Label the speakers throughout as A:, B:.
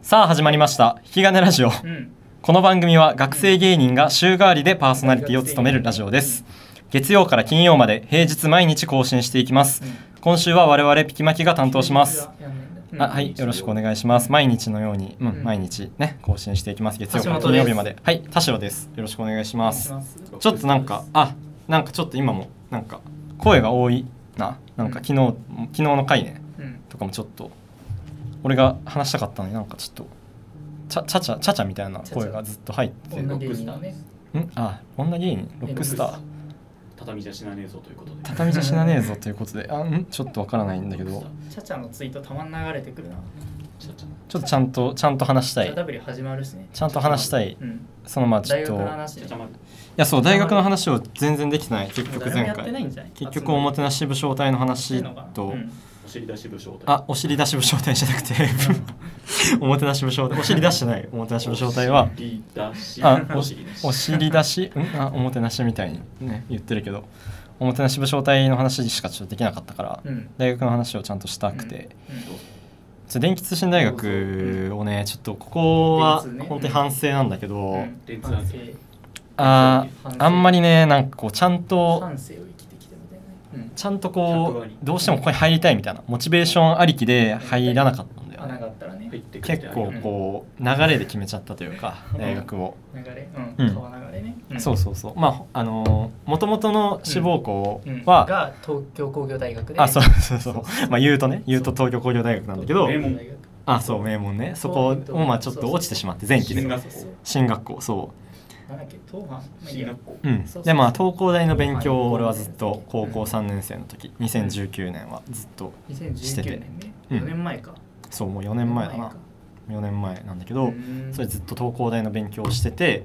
A: さあ始まりました引き金ラジオ
B: うん
A: この番組は学生芸人が週替わりでパーソナリティを務めるラジオです月曜から金曜まで平日毎日更新していきます今週は我々ピキマキが担当します
B: うん
A: あはいよろしくお願いします毎日のようにうん、
B: うん
A: 毎日ね更新していきます月曜から
B: 橋本
A: 金
B: です
A: 曜日まではい田代ですよろしくお願いし
B: お願
A: ま
B: いし
A: す
B: ます
A: ちょっとなんかあなんかちょっと今もなんか声が多いななんか昨日、昨日の回ね
B: うん
A: とかもちょっと俺が話したかったのになんかちょっとちゃちゃちゃちゃちゃみたいな声がずっと入ってて
B: 女芸人のね
A: んあ女芸人ロックスタ
B: ロッ
A: ー
B: ク
C: 畳じゃ死なねえぞということで。
A: 畳じゃ死なねえぞということであんちょっとわからないんだけど
B: チャチャのツイートたまん流れてくるな
C: ちょっと
A: ちょっとちゃんとちゃんと話した
B: チャ
A: い
B: ダブリ始まるしね
A: ちゃんと話したい
B: うん
A: そのまあちょ
B: 大
A: っと
B: 学の
A: い
B: 話
C: ち
B: ね
C: ょっと待って
A: やそう大学の話を全然できてない結局
B: 誰も
A: 前
B: やってない
A: 回
B: んじゃない
A: 結局おもてなし部招待の話と
B: うん
C: お尻出し部署
A: あお尻出し部招待じゃなくて おもてなし部招待お尻出してないおもてなし部招待は
C: お尻出し
A: あ
C: お尻出し
A: お尻出し、んあおもてなしみたいにね言ってるけどおもてなし部招待の話しかちょっとできなかったから、
B: うん
A: 大学の話をちゃんとしたくて、
B: うん
A: ちょ電気通信大学をねちょっとここは
B: 電通ね
A: 本当に反省なんだけど、
B: うん
C: レンズ
B: 反
C: なん
B: 省
C: て
A: あー
B: 反省
A: あんまりねなんかこうちゃんと
B: 反省を生きてきてみたいなね
A: ちゃんと
C: 100
A: こ
C: 割
A: うどうしてもここに入りたいみたいなモチベーションありきで入らなかったんだ
B: うん
A: よ
B: 穴
A: ね
B: があったらね
C: 入ってくれて
A: 結
C: ありが
A: 構
C: とう
A: こう流れで決めちゃったというか
B: うん
A: 大学を。
B: 流れう
A: うん
B: ん川流れねん
A: そうそうそうまああのー、元々の志望校
B: うん
A: は、
B: が東京工業大学で
A: あそうそうそうまあ言うとね言うと東京工業大学なんだけど
C: 名門
A: あそう名門ねそこをまあちょっと落ちてしまって前期
C: 進
A: で
C: 学校
A: 進学校そ
B: なんだっけ東藩まあいい
C: 進
B: や
C: 学校
A: ううん
B: そうそう
A: でまあ東工大の勉強を
B: はい
A: 俺はずっと高校3年生の時2019年はずっとしてて
B: 2019年ね
A: うん
B: 4年前か
A: そうもう4年前だな4年前なんだけどそれずっと東工大の勉強をしてて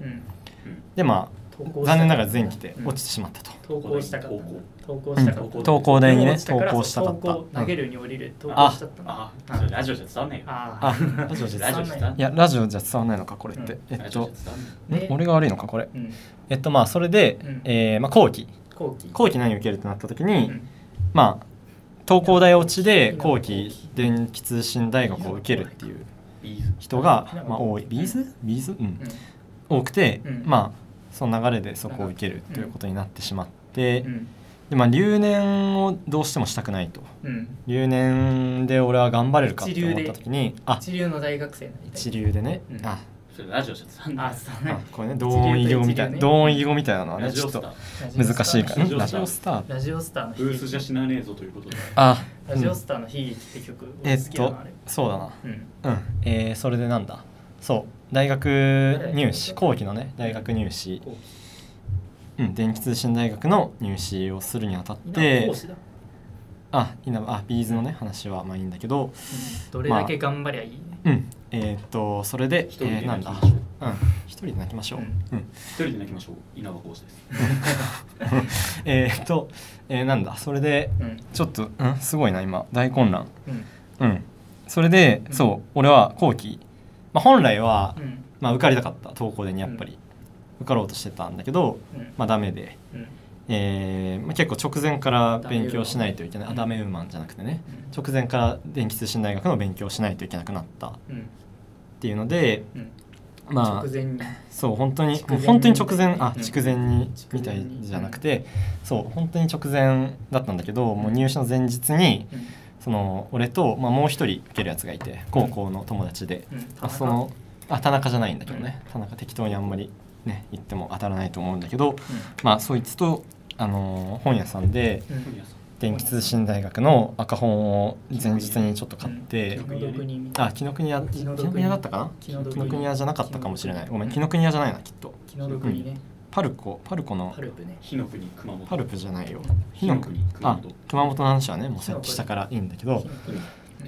A: でまあ残念ながら前期で落ちてしまったと
B: 投稿したかったんだ投稿
A: う
B: し
A: ん
B: たかった
A: 東工大にね投稿したか
B: 投
A: った
B: 稿投げるように降りる投稿
A: あ
B: しちゃったな
C: ああそれラジオじゃ伝わんねえよ
B: あ
A: あラジオじゃ
C: ラジオじゃ伝わん
A: い
C: ね
A: やラジオじゃ伝わらないのかこれってえ
C: え
A: っ
C: ラジオ
A: と
C: じゃ伝わんね
B: で
A: ん俺が悪いのかこれ
B: うん
A: えっとまあそれで
B: うん
A: えーまあ後期
B: 後期
A: 後期何受けるってなった時に、
B: うん
A: まあ東工大落ちで後期電気通信大学を受けるっていう
C: えいいぞ
A: 人が、まあ、多いビーズビーズうん多くて、
B: うん
A: まあその流れでそこを受けるということになってしまって、
B: うんうん
A: でまあ留年をどうしてもしたくないと
B: うん
A: 留年で俺は頑張れるかって思った時にあ
B: 一流の大学生になりたい
A: 一流でね、
B: うん
A: あ
C: それラジオじゃ伝わ
B: あ
C: んね
B: そう
A: あ
B: ね
A: これね同音異義語みたい
B: 一
A: な
B: 流と一流ね
A: 同音異義語みたいなの
C: え
A: は
C: ラ
A: ね
C: ジ
A: ちょ
C: オ
A: っ
C: スタ
A: と
C: ー
A: 難しいから
C: ラジオスター
A: んラジオスター
B: ラジオスターの
C: ブ
B: 悲
C: ースじゃ
B: 劇
C: 死なねえぞということで
A: あ
B: ラジオスターの悲劇って曲
A: うんえ
B: 俺好
A: っ
B: きだ
A: と
B: なあれ
A: そうだな
B: うん
A: うん、えーそれでなんだそう大学入試後期のね大学入試、
B: 後
A: うん、電気通信大学の入試をするにあたっ
B: 期
A: て
B: 講師だ
A: あ稲葉あビーズのね話はまあいいんだけど
B: うんどれだけ頑張りゃいいね
A: うんえーっとそれで
C: 一人で
A: えーなんだ
C: 泣きましょ
A: うん一人で泣きましょう、
B: う
A: うんん
C: 一人で泣きましょう稲葉講師です
A: えーっと、えーなんだそれで
B: うん
A: ちょっと、うん、すごいな今大混乱
B: うん
A: うんそれで、
B: うん
A: そう俺は後期、まあ、本来は、
B: うん
A: まあ、受かりたかった東工大にやっぱり、受かろうとしてたんだけど、
B: うん
A: まあ、ダメで
B: うん
A: えーまあ、結構直前から勉強しないといけないあダ
B: ダ
A: メウーマンじゃなくてね直前から電気通信大学の勉強をしないといけなくなったっ
B: うん
A: ていうので
B: うん
A: ま
B: 直
A: あ
B: 前に
A: そう本当に
B: 筑
A: も
B: 前
A: う
B: に
A: 本当に直前あ
B: うん
A: 筑前に
B: 筑
A: み
B: 前に
A: たいじゃなくてそう本当に直前だったんだけどもう入試の前日に
B: うん
A: その俺と、まあ、もう一人受けるやつがいて高校の友達で、
B: うん
A: あそのあ田中じゃないんだけどね田中適当にあんまりね言っても当たらないと思うんだけどまあそいつと、あのー本屋さんで。
B: うんうん
C: 本屋さん
A: 電気通信大学の赤本を前日にちょっと買って、
B: 紀ノ国みたい
A: あ紀ノ国屋紀
B: 紀ノ
A: ノ
B: 国屋
A: 国屋だったかな紀
B: 紀
A: ノ
B: ノ国屋
A: 国屋じゃなかったかもしれないごめん紀
B: 紀
A: ノ
B: ノ
A: 国屋じゃないなきっと
B: 気の毒にね
A: パルコパルコの
B: パルプね
C: 火の国熊本
A: パルプじゃないよ火の国
C: 紀
A: あ
C: ノ国
A: 熊本の話はねもうさっきしたからいいんだけど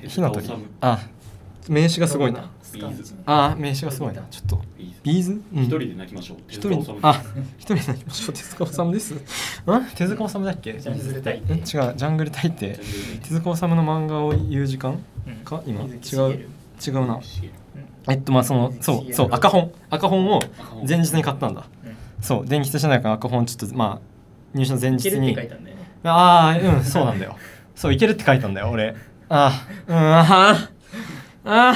A: 火
C: 火
A: の
C: の
A: 鳥
C: 鳥
A: あ名刺がすごいな
B: スカーフね
A: あ名刺がすごいなちょっと
C: いいぞ
A: ビーズうん
C: 一人で泣きましょう
A: 一
C: 手塚治
A: 人
C: 虫
A: あ一人になりましょう手塚治虫 ですうん手塚治虫だっけ
B: ジャングル
A: 大
B: 大
A: 違うジャングル大って
C: ジャングル大
A: 手塚治虫の漫画を言う時間
B: うん
A: か今
B: 水木しげる
A: 違う違うな
C: シエル
A: えっとまあそのそうそう赤本赤本を前日に買ったんだ
B: うん
A: そう電気通信大学の赤本ちょっとまあ入試の前
B: い
A: 日
B: けるって
A: に
B: 書いたんだよね
A: ああうんそうなんだよそういけるって書いたんだよ俺ああうんああああ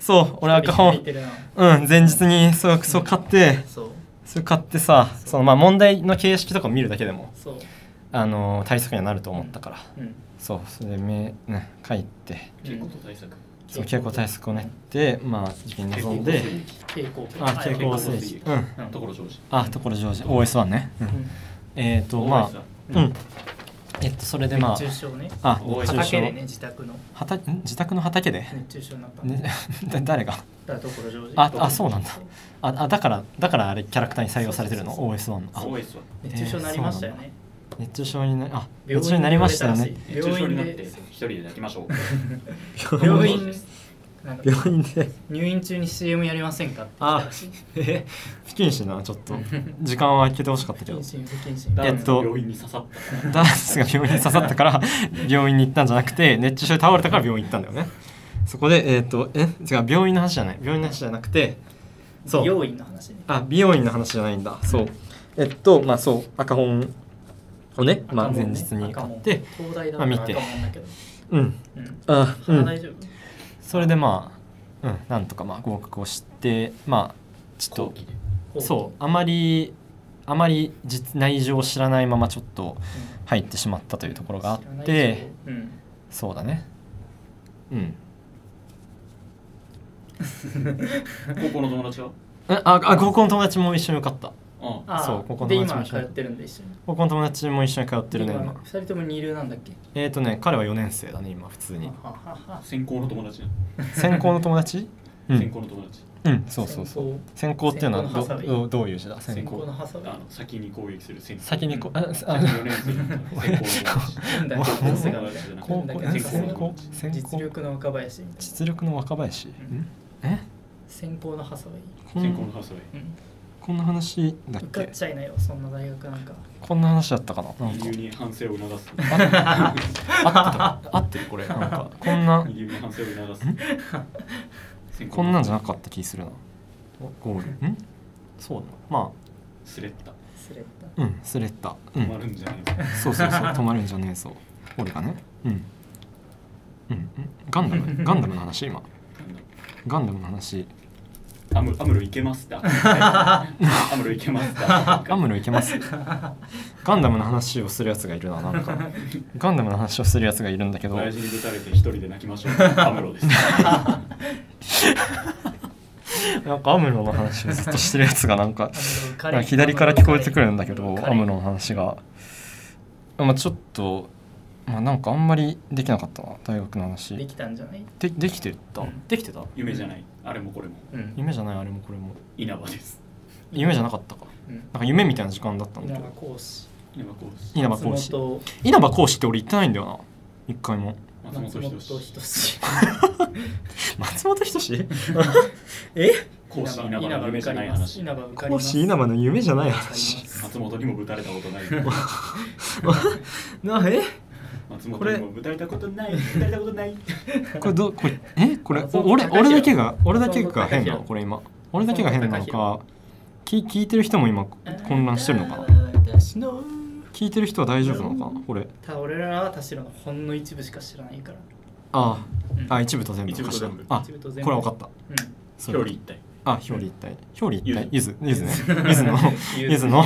A: そう俺赤
B: 一人
A: 本
B: で入れてるな
A: うん前日にそうそう買って
B: そう
A: それ買ってさそのまあ問題の形式とかを見るだけでも
B: そう
A: あの対策にはなると思ったから
B: うん
A: そうそれでめ、ね、書いて
C: 健康と対策
A: そう傾向対策を練ってまあ受験に臨ん
C: 健
A: で
C: 康と
B: 傾向
A: あ傾向
C: 水
A: 水
C: 域
A: うん
B: うん
C: ところ上司
A: あところジョージ OS1 ね、うんえっ、とまあうんえっとそれでまあ
B: 熱中症ね
A: あ
C: OS
A: 熱中
B: 畑で
A: 症
B: ね自宅の
A: 畑ん自宅の畑で、
B: 熱中症になったの
A: ね、 だ誰が
B: だから所ジョージ
A: ああそうなんだああだからだからあれキャラクターに採用されてるの
B: そう
A: OS1 のあ
C: OS は
B: 熱中症になりましたよね
A: 熱中症になあ
B: 病院
A: 熱中症になりましたよね
C: 熱中症になっ
B: 病
C: て
B: 院で
C: 一人で泣きましょう
B: 病院なんか
A: 病院で
B: 入院中に CM やりませんかって言った
A: あ
B: らしい
A: え不謹慎だなちょっと時間は空けてほしかったけど
B: 不謹慎不謹慎
C: ダ
A: え
C: ー
A: っ
C: ツ
A: と
C: が病院に刺さっ
A: ダンスが病院に刺さったから病院に行ったんじゃなくて熱中症で倒れたから病院行ったんだよねそこでえっ、とえ違う病院の話じゃない病院の話じゃなくてそう
B: 美容院の話ね
A: あ美容院の話じゃないんだそうえっとまあそう赤本をね、まあ、
B: 赤
A: 前
B: 門ね
A: 日に買っ
B: 赤
A: て
B: 門東大だ
A: まあ見て
B: 赤門だけど
A: うん
B: うん
A: あう
B: 鼻大
A: ん
B: 丈夫
A: それでまあうんなんとかまあ合格をしてまあちょ
C: た
A: っとそうあまりあまり実内情を知らないままちょっと
B: う
A: 入ってしまったというところがあ
B: ん
A: って
B: うん
A: そうだねうん
C: 高校の友達は
A: えああ高校の友達も一緒に受かった
C: ああ
B: あ
A: そうここの
B: で
A: 町も
B: 今
A: 一
B: 通
A: 緒
B: ってるんで一緒に
A: 高校の友達も一緒に通ってるね
B: 今
A: 今
B: 二人とも二流なんだっけ
A: えっ、とね彼は4年生だね今普通に
B: はははは
C: 専攻の友達
A: 専攻の友 達う
C: 専
A: ん、
C: 攻の友達
A: うん、そうそうそう
B: う
A: 専攻っていうのは
B: 専攻のハサ
A: ど
B: ミ
A: どどういう字だ
B: 先
A: 専
B: 行
A: 攻
B: のハサ ウ
C: あの先に攻撃する専攻
A: 先にこうああ
C: 先に四年生の 専攻の友達
B: なんだ
A: もう
B: 高校生が
C: もう
B: みたいな
A: 高
B: なん
A: 校
B: か
A: え
B: なんか
A: 専攻専
B: 実
A: 攻
B: 力の若林みたいな
A: 実力の若林、ん、え
B: 先行のハサウェイ
A: こ
C: 専攻
A: ん
C: のハサウェイ
B: うん
A: こんな話だっ
B: 受かっ
A: け
B: ちゃいなよそんな大学なんか
A: こんな話だったかななんか
C: 理由に反省を促す
A: 合ってた合ってるこれなんかこんな
C: 理由に反省を促す専
A: こ
C: 攻
A: ん
C: の
A: なんじゃなかった気するなゴールんそうだなま
C: スレッタ
B: スレッタ
A: あうんスレッタう
C: 止ま
A: ん
C: るんじゃねえぞ
A: そう そうそう止まるんじゃねえぞ俺がねうんうんうんガンダ ムガンダムの話今
C: なんだ
A: ガンダムの話
C: アムアムロいけます ってアムロいけますって
A: ガムロいけますガンダムの話をするやつがいるななん かガンダムの話をするやつがいるんだけど
C: 親父にぶたれて一人で泣きましょうアムロです
A: なんかアムロの話をずっとしてるやつがなんか
B: あの
A: な
B: 彼
A: んか左から聞こえてくるんだけど
B: 彼
A: アムロの話が、まあ、ちょっと、まあ、なんかあんまりできなかったな大学の話
B: で
A: で
B: きたんじゃない
A: できてた
B: うん
A: できてた
C: 夢じゃないあれもこれも
B: うん
A: 夢じゃないあれもこれも
C: 稲葉です
A: 夢じゃなかったか
B: うん
A: なんか夢みたいな時間だったんだ
B: 稲
A: け
B: 葉
A: ど
B: 講師
C: 稲葉講師
A: 稲葉講師
B: 松本
A: 稲葉講師って俺行ってないんだよな一回も
C: 松本人志
B: 志
A: 松本人志
C: 講師稲葉の夢じゃない話
B: 稲葉受かり
A: 講
B: ます
A: 師稲葉の夢じゃない話
C: 松本にもぶたれ たことない
A: なえ
C: 松本にもぶたれたことないぶたれたこと ない
A: これどこれえこれ
B: 松
A: お
B: 本
A: 俺
B: 隆弘
A: 俺だけが俺だけが変なの
B: 松本隆弘
A: これ今俺だけが変なの
B: 松
A: か聞聞いてる人も今混乱してるのかな
B: 私の
A: 聞いてる人は大丈夫なのかなこれ
B: た俺らは田代のほんの一部しか知らないから、
A: あ
B: うん
A: ああ一部と全部
C: 一部と全部
A: あ
B: 一部と全部
A: これは分かった
B: うん
A: そ
C: 表
A: ういう
C: 裏
A: こと
C: 一体
A: あ表裏一体表裏一体ゆ
C: ゆ
A: ずゆずねゆずの ゆずの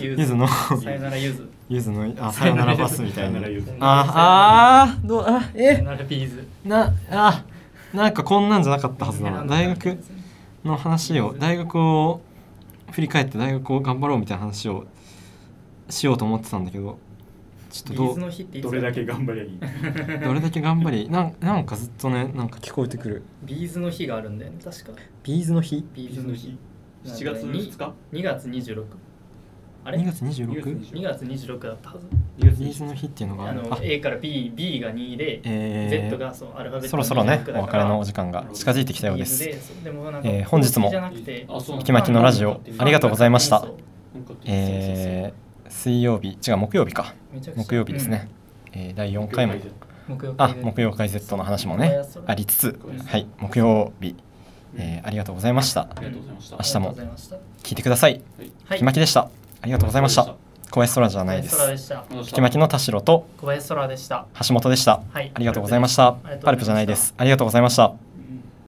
B: ゆ
A: ゆずの
B: さよならゆず
A: ゆずのあさよならバスみたい
C: さ
A: な
C: よなら言う
B: さよなら
A: ああーどうあ
B: さよ
A: え
B: ならビーズ
A: なあなんかこんなんじゃなかったはずだな大学の話を大学を振り返って大学を頑張ろうみたいな話をしようと思ってたんだけどちょっ
B: ビ
A: とど
B: ーズ
A: う
B: の日っていつ
C: どれだけ頑張りゃいい
A: どれだけ頑張りなんなんかずっとねなんか聞こえてくる
B: ビーズの日があるんだよね確か
A: ビーズの日
B: ビー
C: 水
B: ズ
C: の
B: の
C: 日
B: 日
C: 7月2日
B: 2月26あれ
A: 2月
C: 2
A: 26?
B: 2月26だったはず
C: 2
A: ビーズの日っていうのがあ
B: あ
A: る
B: の A から BB が2で、
A: えー
B: Z がそうアルファベット
A: そろそろねお別れのお時
B: 間
A: 間が近づいてきたようで
B: ですそうでもなんか
A: えー本日も
B: じゃなくて
C: あそうなんだ
A: きまきのラジオありがとうございました
B: そう
A: えー水曜日違う木曜日か
B: めちゃくちゃ
A: 木曜日ですね、えー第4回も
B: うん木曜
A: あ木曜会 Z の話もねありつつはい木曜日、えーありがとうございました
C: ありがとうございました
A: 明日も
B: ありがとうございました
A: 聞いてください
C: はい
B: はい
A: きまきでしたありがとうございまし
C: あり
A: た
C: がとう
A: 小林空じゃ
B: 小
A: ない
B: 林
A: です
B: 空でした
A: 聞きまきの田代と
B: 小林空でした
A: 橋本でした
B: はい
A: ありがとうございました
B: ありがとうございました
A: パルプじゃないですありがとうございました